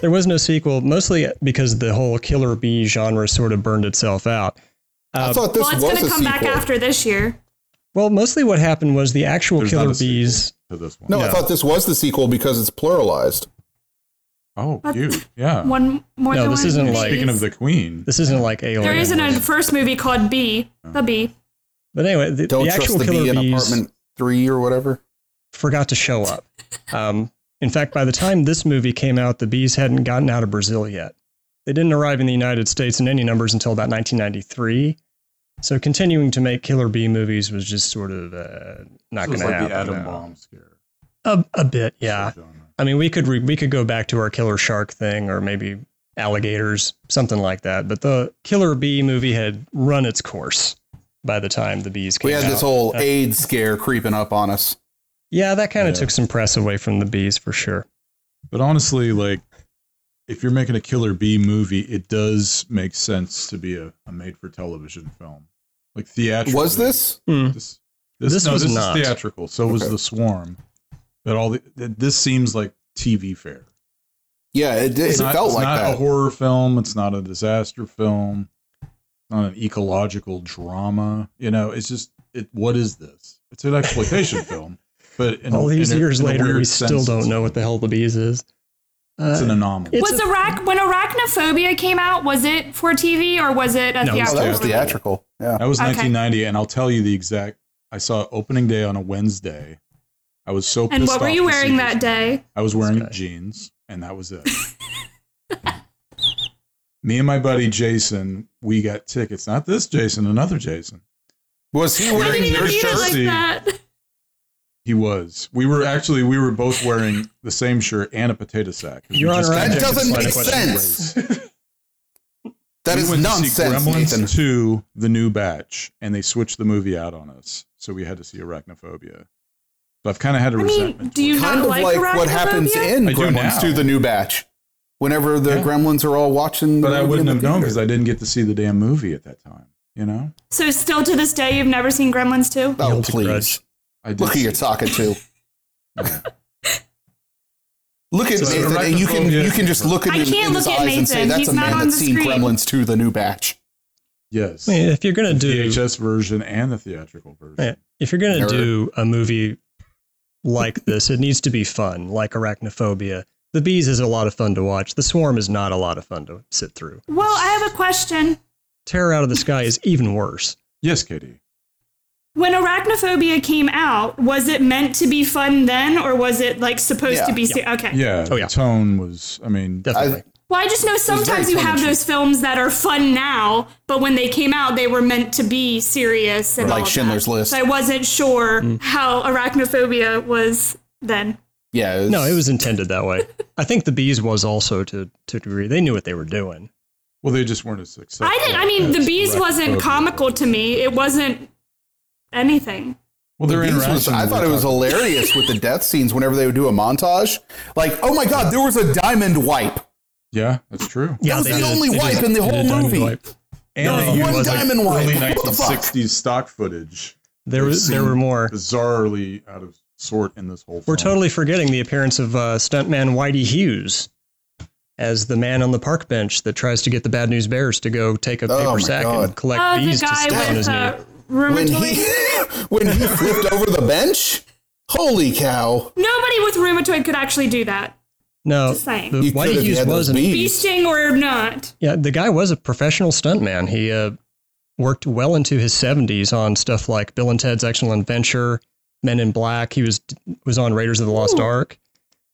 there was no sequel, mostly because the whole killer bee genre sort of burned itself out.
uh,
I thought this
well, it's
was
gonna
a
come back
sequel.
after this year.
Well, mostly what happened was the actual
There's
killer
not a sequel
bees.
to this one.
No, I
No.
thought this was the sequel because it's pluralized.
Oh,
But-
cute. Yeah.
One more.
No,
than
this
one
isn't
bees.
like-
Speaking of the queen,
This isn't like
Oh,
Alien.
There isn't a first movie called Bee. The Bee.
but anyway, the,
Don't
the
trust
actual
the
killer
bee in
bees.
apartment three or whatever.
forgot to show up. Um, in fact, by the time this movie came out, the bees hadn't gotten out of Brazil yet. They didn't arrive in the United States in any numbers until about 1993. So continuing to make killer bee movies was just sort of uh, not going
this was
to
like
happen.
the atom
now.
bomb scare.
A, a bit, yeah.
genre.
I mean, we could re- we could go back to our killer shark thing, or maybe alligators, something like that. But the killer bee movie had run its course by the time the bees came
We had
out.
this whole AIDS scare creeping up on us.
yeah, that kind
Yeah.
of took some press away from the bees for sure.
But honestly, like if you're making a killer bee movie, it does make sense to be a, a made for television film. Like theatrically.
Was this?
Hmm.
This, this,
This
no,
was
this is
not.
theatrical. So was
Okay.
The Swarm. But all the, th- this seems like TV fare.
Yeah, it, it
It's not,
felt
it's
like
not
that.
a horror film. It's not a disaster film. It's not an ecological drama. You know, it's just it. What is this? It's an exploitation film, but in a-
All these
in a-
years
in a
later,
weird
we still
sense,
don't know what the hell the bees is. Uh,
It's an anomaly.
It's
was Arach- when Arachnophobia came out, was it for TV or was it a
No, it was
Oh, that was
theatrical? release?
theatrical. Yeah.
That was
Okay.
1990, and I'll tell you the exact. I saw it opening day on a Wednesday. I was so.
And
pissed
what were
off
you
to see
wearing
this
that day?
I was wearing
guy.
jeans, and that was it. Me and my buddy Jason, we got tickets. Not this Jason, another Jason.
Was he
I didn't
wearing
even
your
mean it
shirt?
like
jersey.
that.
He was. We were actually we were both wearing the same shirt and a potato sack. We
Your
just
Honor,
got
I-
That
tickets
doesn't
by
make
the question of
sense.
race.
That
we
is
went to
nonsense,
see Gremlins
Nathan.
2, the new batch, and they switched the movie out on us, so we had to see Arachnophobia. But I've kind of had a
I
resentment.
mean, do you
Kind
not
of
like,
like what happens
arachnophobia?
in
I do
Gremlins
now.
2, the new batch. Whenever the
Yeah.
Gremlins are all watching. the
but I
movie
wouldn't
in
have
the
known
theater.
because I didn't get to see the damn movie at that time. You know,
So still to this day, you've never seen Gremlins 2?
Oh,
Guilty
please.
grudge.
I did.
Look who
see
you're
it.
talking to. Look at
So
Nathan, and you can
arachnophobia-
you can just look at
I
him in
can't
his
look at
eyes and say
Nathan.
that's
He's
a
not
man
on
that's
the
seen
screen."
Gremlins 2, the new batch.
Yes,
I mean, if you're gonna do
VHS version and the theatrical
Yeah,
version.
If you're going to
Error.
do a movie like this, it needs to be fun, like Arachnophobia. The Bees is a lot of fun to watch. The Swarm is not a lot of fun to sit through.
Well, I have a question.
Terror Out of the Sky is even worse.
Yes, Katie.
When Arachnophobia came out, was it meant to be fun then, or was it like supposed
Yeah.
to be? se- Okay.
Yeah.
Oh, yeah.
The tone was. I mean,
Definitely.
Well, I just know sometimes you have those films that are fun now, but when they came out, they were meant to be serious and
Like
all of that.
Schindler's List.
So I wasn't sure
Mm.
how Arachnophobia was then.
Yeah.
no, it was intended that way. I think The Bees was also to, to a degree. They knew what they were doing.
well, they just weren't as successful.
I didn't. I mean, The
as
Bees wasn't
Arachnophobia.
comical to me. It wasn't anything.
Well, their
Beast was,
interaction.
I
we
thought it was
talked-
hilarious with the death scenes whenever they would do a montage. Like, oh my god, there was a diamond wipe.
Yeah, that's true.
Yeah,
was
they
the
did-
only
they
wipe
did-
in the
they
whole
did diamond
movie.
wipe.
And
No,
they
one
used,
diamond
like,
wipe.
early
What the fuck?
1960s stock footage.
There, was, there
seemed
were more.
bizarrely out of sort in this whole.
We're
film.
totally forgetting the appearance of uh, stuntman Whitey Hughes as the man on the park bench that tries to get the Bad News Bears to go take a
Oh
paper
my
sack
God.
and collect
Oh, the
bees to
guy
stick on
with
his
uh,
knee.
when
rheumatoid.
he when he flipped over the bench. Holy cow!
Nobody with rheumatoid could actually do that.
No,
Just saying.
the
You could
Whitey
have
Hughes
had those
was an,
bees.
Beasting or not.
yeah, the guy was a professional stuntman. He uh, worked well into his seventies on stuff like Bill and Ted's Excellent Adventure, Men in Black. He was was on Raiders of the Lost Ark,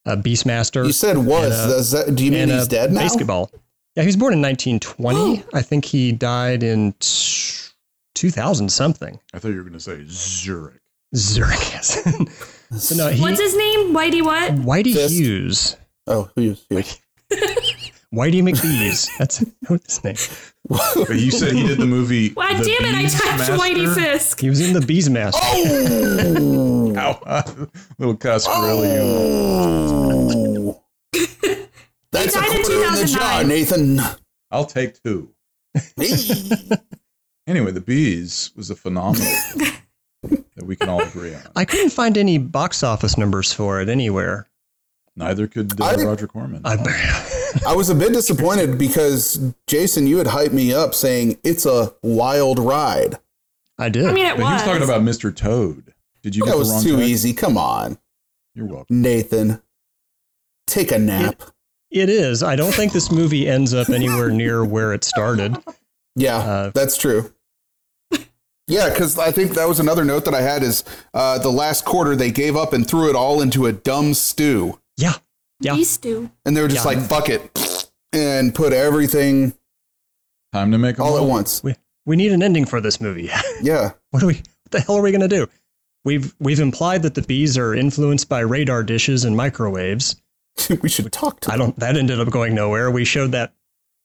uh, Beastmaster.
You said
And,
was.
uh,
Does that- do you mean
and,
he's
uh,
dead now?
Basketball. Yeah, he was born in 1920. I think he died in t- 2000 something.
I thought you were going to say Zurich.
Zurich. yes. so no, he,
What's his name? Whitey what?
Whitey
Fist?
Hughes,
Oh, he was, he was-
Whitey McBees. That's what his name.
But you said he did the movie.
Well,
The
Ah, damn it, I typed
Beastmaster?
Whitey Fisk.
He was in the Beastmaster.
Oh!
Ow. Little Coscarelli. humor.
Oh. That's a
died in
quarter in the jar,
2009.
Nathan.
I'll take two.
Hey.
Anyway, The Bees was a phenomenal film that we can all agree on.
I couldn't find any box office numbers for it anywhere.
Neither could uh,
I-
Roger Corman.
I,
I was a bit disappointed because Jason, you had hyped me up saying it's a wild ride.
I did.
I mean,
but
it
he was
was.
talking about Mr. Toad. Did you get
That
the
was
wrong
too
title?
easy. Come on,
You're welcome.
Nathan. Take a nap.
it is. I don't think this movie ends up anywhere near where it started.
Yeah,
Uh,
that's true. Yeah, because I think that was another note that I had is uh, the last quarter they gave up and threw it all into a dumb stew,
Yeah. Yeah.
Beast do.
and they were just
Yeah.
like fuck it, and put everything
Time to make a
all
Oh.
at
movie.
once.
We, we need an ending for this movie.
Yeah,
what are we what the hell are we going to do we've we've implied that the bees are influenced by radar dishes and microwaves
we should talk to.
i don't that ended up going nowhere we showed that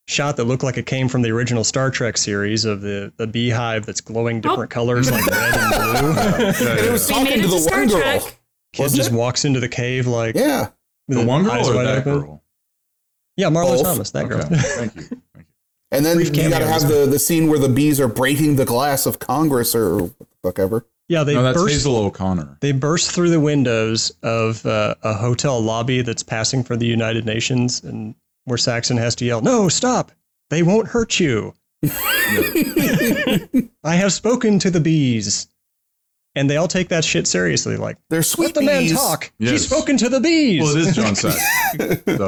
shot that looked like it came from the original star trek series of the the beehive that's glowing different colors like red and blue
Yeah,
It
yeah,
was
yeah.
talking
They made
to
it to
the
Star
one
Trek.
girl.
kid
Wasn't
just
it?
walks into the cave like
Yeah,
with
the one
eyes
girl or
wide
that
open.
girl?
yeah marlo
Both.
thomas that girl
Okay. Thank you. Thank you.
and then
Brief
you got to
cameos.
have the the scene where the bees are breaking the glass of Congress or what the fuck ever.
yeah they
no, that's
burst
Hazel O'Connor.
They burst through the windows of uh, a hotel lobby that's passing for the United Nations, and where Saxon has to yell, "No, stop! They won't hurt you." I have spoken to the bees. and they all take that shit seriously. Like,
They're
let
sweet
the man
bees.
talk.
Yes.
He's spoken to the bees.
Well, it is John Saxon. so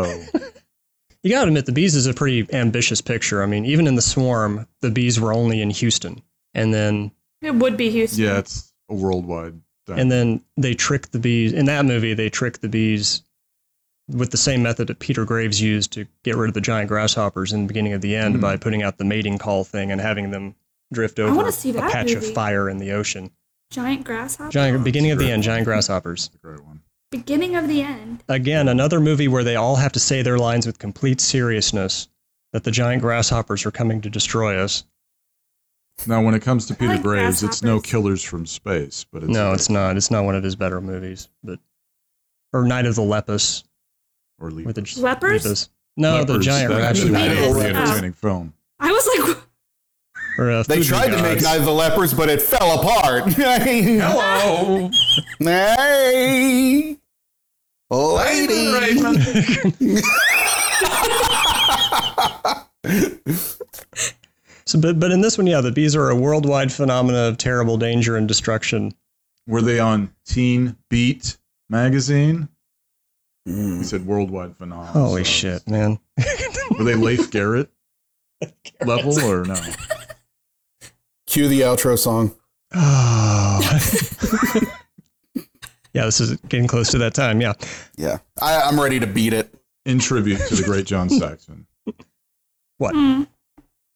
you gotta admit, the bees is a pretty ambitious picture. I mean, even in the swarm, the bees were only in Houston, and then
It would be Houston.
yeah, it's a worldwide thing.
and then they trick the bees in that movie. They trick the bees with the same method that Peter Graves used to get rid of the giant grasshoppers in the beginning of the end
Hmm.
by putting out the mating call thing and having them drift over
wanna
a
see that
patch
movie.
of fire in the ocean.
Giant grasshopper.
Giant beginning of the
great.
end, giant grasshoppers.
Great one.
Beginning of the end.
Again, another movie where they all have to say their lines with complete seriousness that the giant grasshoppers are coming to destroy us.
Now, when it comes to Peter
like
Graves, it's no
grasshoppers.
killers from space, but it's
No, it's not. It's not one of his better movies, but or Night of the Lepus
or
with the
leapers.
Lepers?
Lepus. No, the
Leapers,
giant
that
rabbit.
actually was a really
Yes. Oh.
entertaining film.
I was like,
Or, uh,
They
Fuji
tried to
Gods.
make Night of the Lepers, but it fell apart. Hello. Hey. Lady.
So, but but in this one, yeah, the bees are a worldwide phenomena of terrible danger and destruction.
Were they on Teen Beat magazine? He said worldwide phenomenon.
Mm. Holy
so-
shit, man!
Were they Leif Garrett level or no?
Cue the outro song.
Oh. yeah, this is getting close to that time. Yeah,
Yeah. I, I'm ready to beat it.
In tribute to the great John Saxon.
What?
Hmm.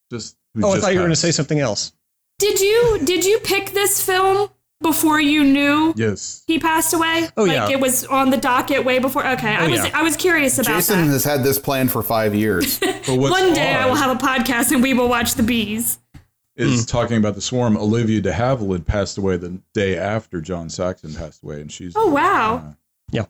Just who
Oh, I
just
thought you were going to
passed.
say something else.
did you did you pick this film before you knew
Yes.
he passed away?
Oh,
like
yeah.
it was on the docket way before. Okay, I
Oh,
was
yeah.
I was curious about
Jason
that.
has had this plan for five years.
But what's
One day I
odd
will have a podcast and we will watch the bees.
Mm.
is talking about the swarm. Olivia de Havilland passed away the day after John Saxon passed away, and she's
Oh, wow.
Yeah.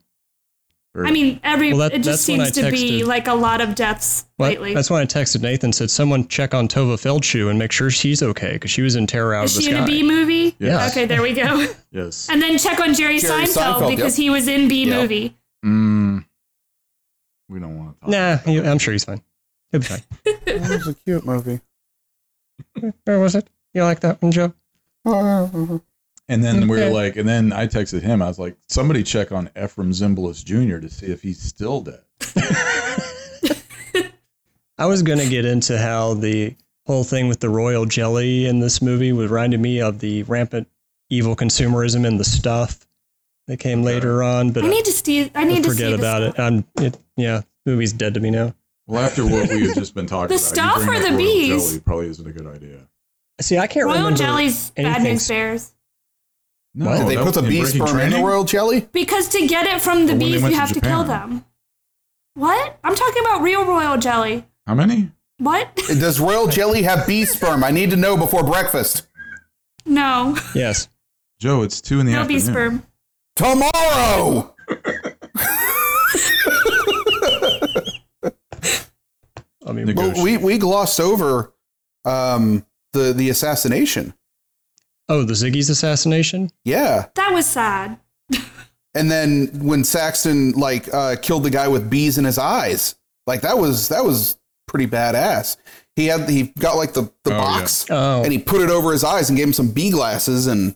very-
I mean, every
Well, that-
it just
that's when I
seems to be
texted-
like a lot of deaths
Well,
lately.
That's why I texted Nathan said someone check on Tova Feldshu and make sure she's okay because she was in terror out
Is
of the
she
sky.
in a bee movie?
Yeah.
Okay, there we go.
yes.
And then check on Jerry,
Jerry
Seinfeld,
Seinfeld,
because
yep.
he was in B
Yep.
movie.
Mm, we don't want to talk.
Nah, he- I'm sure he's fine. He'll be fine.
That was a cute movie.
Where was it? You like that one, Joe?
And then we were
Okay.
like, and then I texted him. I was like, somebody check on Ephraim Zimbalist Jr. to see if he's still dead.
I was going to get into how the whole thing with the royal jelly in this movie was reminding me of the rampant evil consumerism in the stuff that came later on, but
I need to see. I need to
forget
see the
about
stuff.
it. I'm, it. Yeah, movie's dead to me now.
Well, after what we had just been talking
The
about, you
stuff
bring
or
up
the
royal
bees?
jelly probably isn't a good idea.
See, I can't
Royal
remember
jelly's bad
anything
news bears.
No,
What?
Did they
that
put the
was
bee sperm
Breaking
Oh, in the
Training?
royal jelly?
Because to get it from the
But when they
bees,
went
you
to
have to kill
Japan.
them. What? I'm talking about real royal jelly.
How many?
What?
Does royal jelly have bee sperm? I need to know before breakfast.
no,
Yes.
Joe, it's two in the
no bee
afternoon.
sperm.
Tomorrow!
I mean,
Nego-
Well, we, we glossed over um, the, the assassination.
oh, the Ziggy's assassination?
Yeah.
That was sad.
And then when Saxon like uh, killed the guy with bees in his eyes, like that was that was pretty badass. He had he got like the, the
Oh,
box
Oh.
and he put it over his eyes and gave him some bee glasses and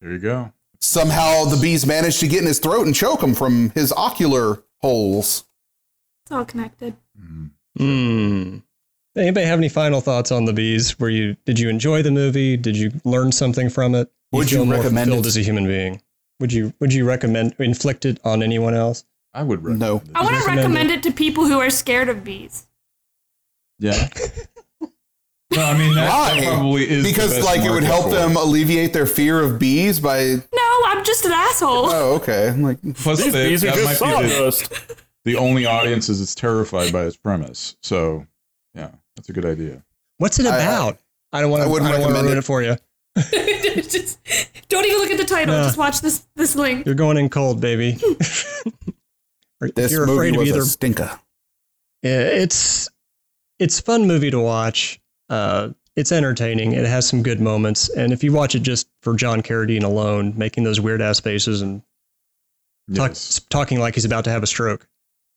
There you go.
somehow the bees managed to get in his throat and choke him from his ocular holes.
It's all connected.
Mm. Anybody have any final thoughts on the bees? Were you did you enjoy the movie? Did you learn something from it?
Would you
feel more
recommend
fulfilled
it?
as a human being? Would you would you recommend inflict it on anyone else?
I would recommend.
No.
it.
I want to
recommend
recommend it to people who are scared of bees.
Yeah. no, I mean that, that probably is the
because
best
like it would
market
help
for
them
it.
alleviate their fear of bees by
No, I'm just an asshole.
oh okay I'm like
Plus, they, that might be the, the only audiences that's terrified by its premise. So, yeah, that's a good idea.
What's it
I-
about? I, don't want
I
to. I,
wouldn't
don't want to
recommend
ruin
it.
it. for you.
Just- don't even look at the title.
No.
Just watch this this link.
You're going in cold, baby. Or if
this
you're
movie
afraid of
was
either
a stinker.
Yeah, it's it's a fun movie to watch. Uh, it's entertaining. It has some good moments, and if you watch it just for John Carradine alone, making those weird ass faces and talk,
Yes.
talking like he's about to have a stroke,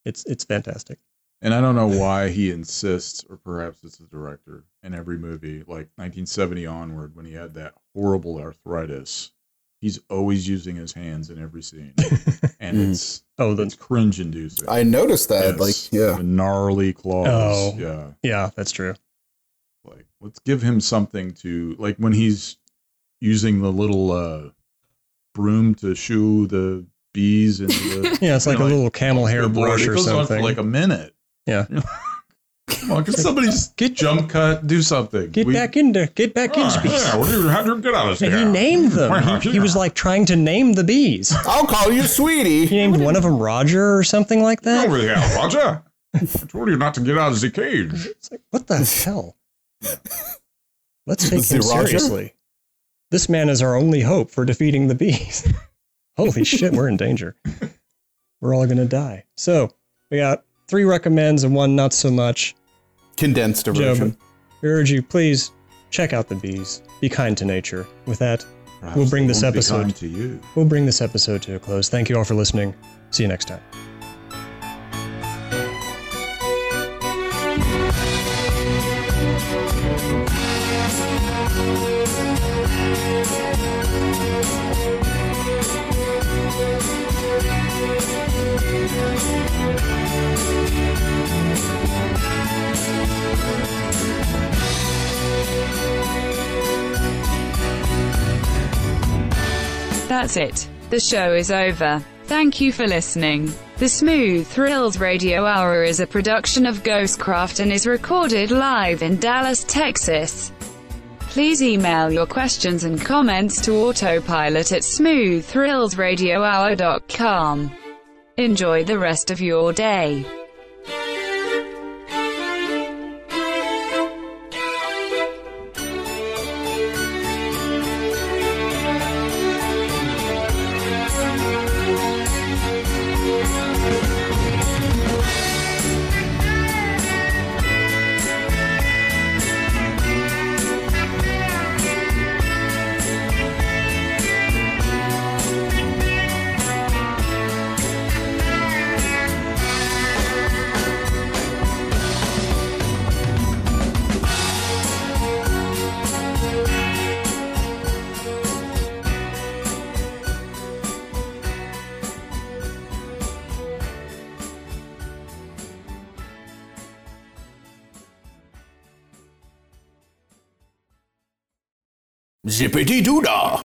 it's it's fantastic.
And I don't know why he insists, or perhaps it's the director in every movie, like 1970 onward, when he had that horrible arthritis. he's always using his hands in every scene, and it's
Oh,
it's
that's
cringe inducing.
I noticed that. Like, yeah.
gnarly claws.
Oh.
Yeah,
yeah, that's true.
like let's give him something to like when he's using the little uh broom to shoo the bees into the
Yeah, it's like
You know,
a little camel hair
Good lord,
brush
it
or
goes on for
something.
like a minute.
Yeah.
Come on, can somebody just
Get-
jump cut, do something?
Get
We-
back in there. Get back in.
Ah, yeah, what do you- how do you get out of
And
here?
he named them. He, he was like trying to name the bees.
I'll call you sweetie.
He named one of them Roger or something like
Get
that.
over here, Roger. I told you not to get out of the cage.
It's like, what the hell? Let's take
Is it
him
Roger?
seriously. This man is our only hope for defeating the bees. Holy shit, we're in danger. We're all gonna die. So we got three recommends and one not so much.
Condensed
Joe,
version.
we urge you, please check out the bees. Be kind to nature. With that,
Perhaps
bring
they
this
won't be
episode-
kind to you.
we'll bring this episode to a close. Thank you all for listening. See you next time.
That's it. The show is over. Thank you for listening. The Smooth Thrills Radio Hour is a production of Ghostcraft and is recorded live in Dallas, Texas. Please email your questions and comments to autopilot at smooththrillsradiohour.com. Enjoy the rest of your day.
Zippity doodah.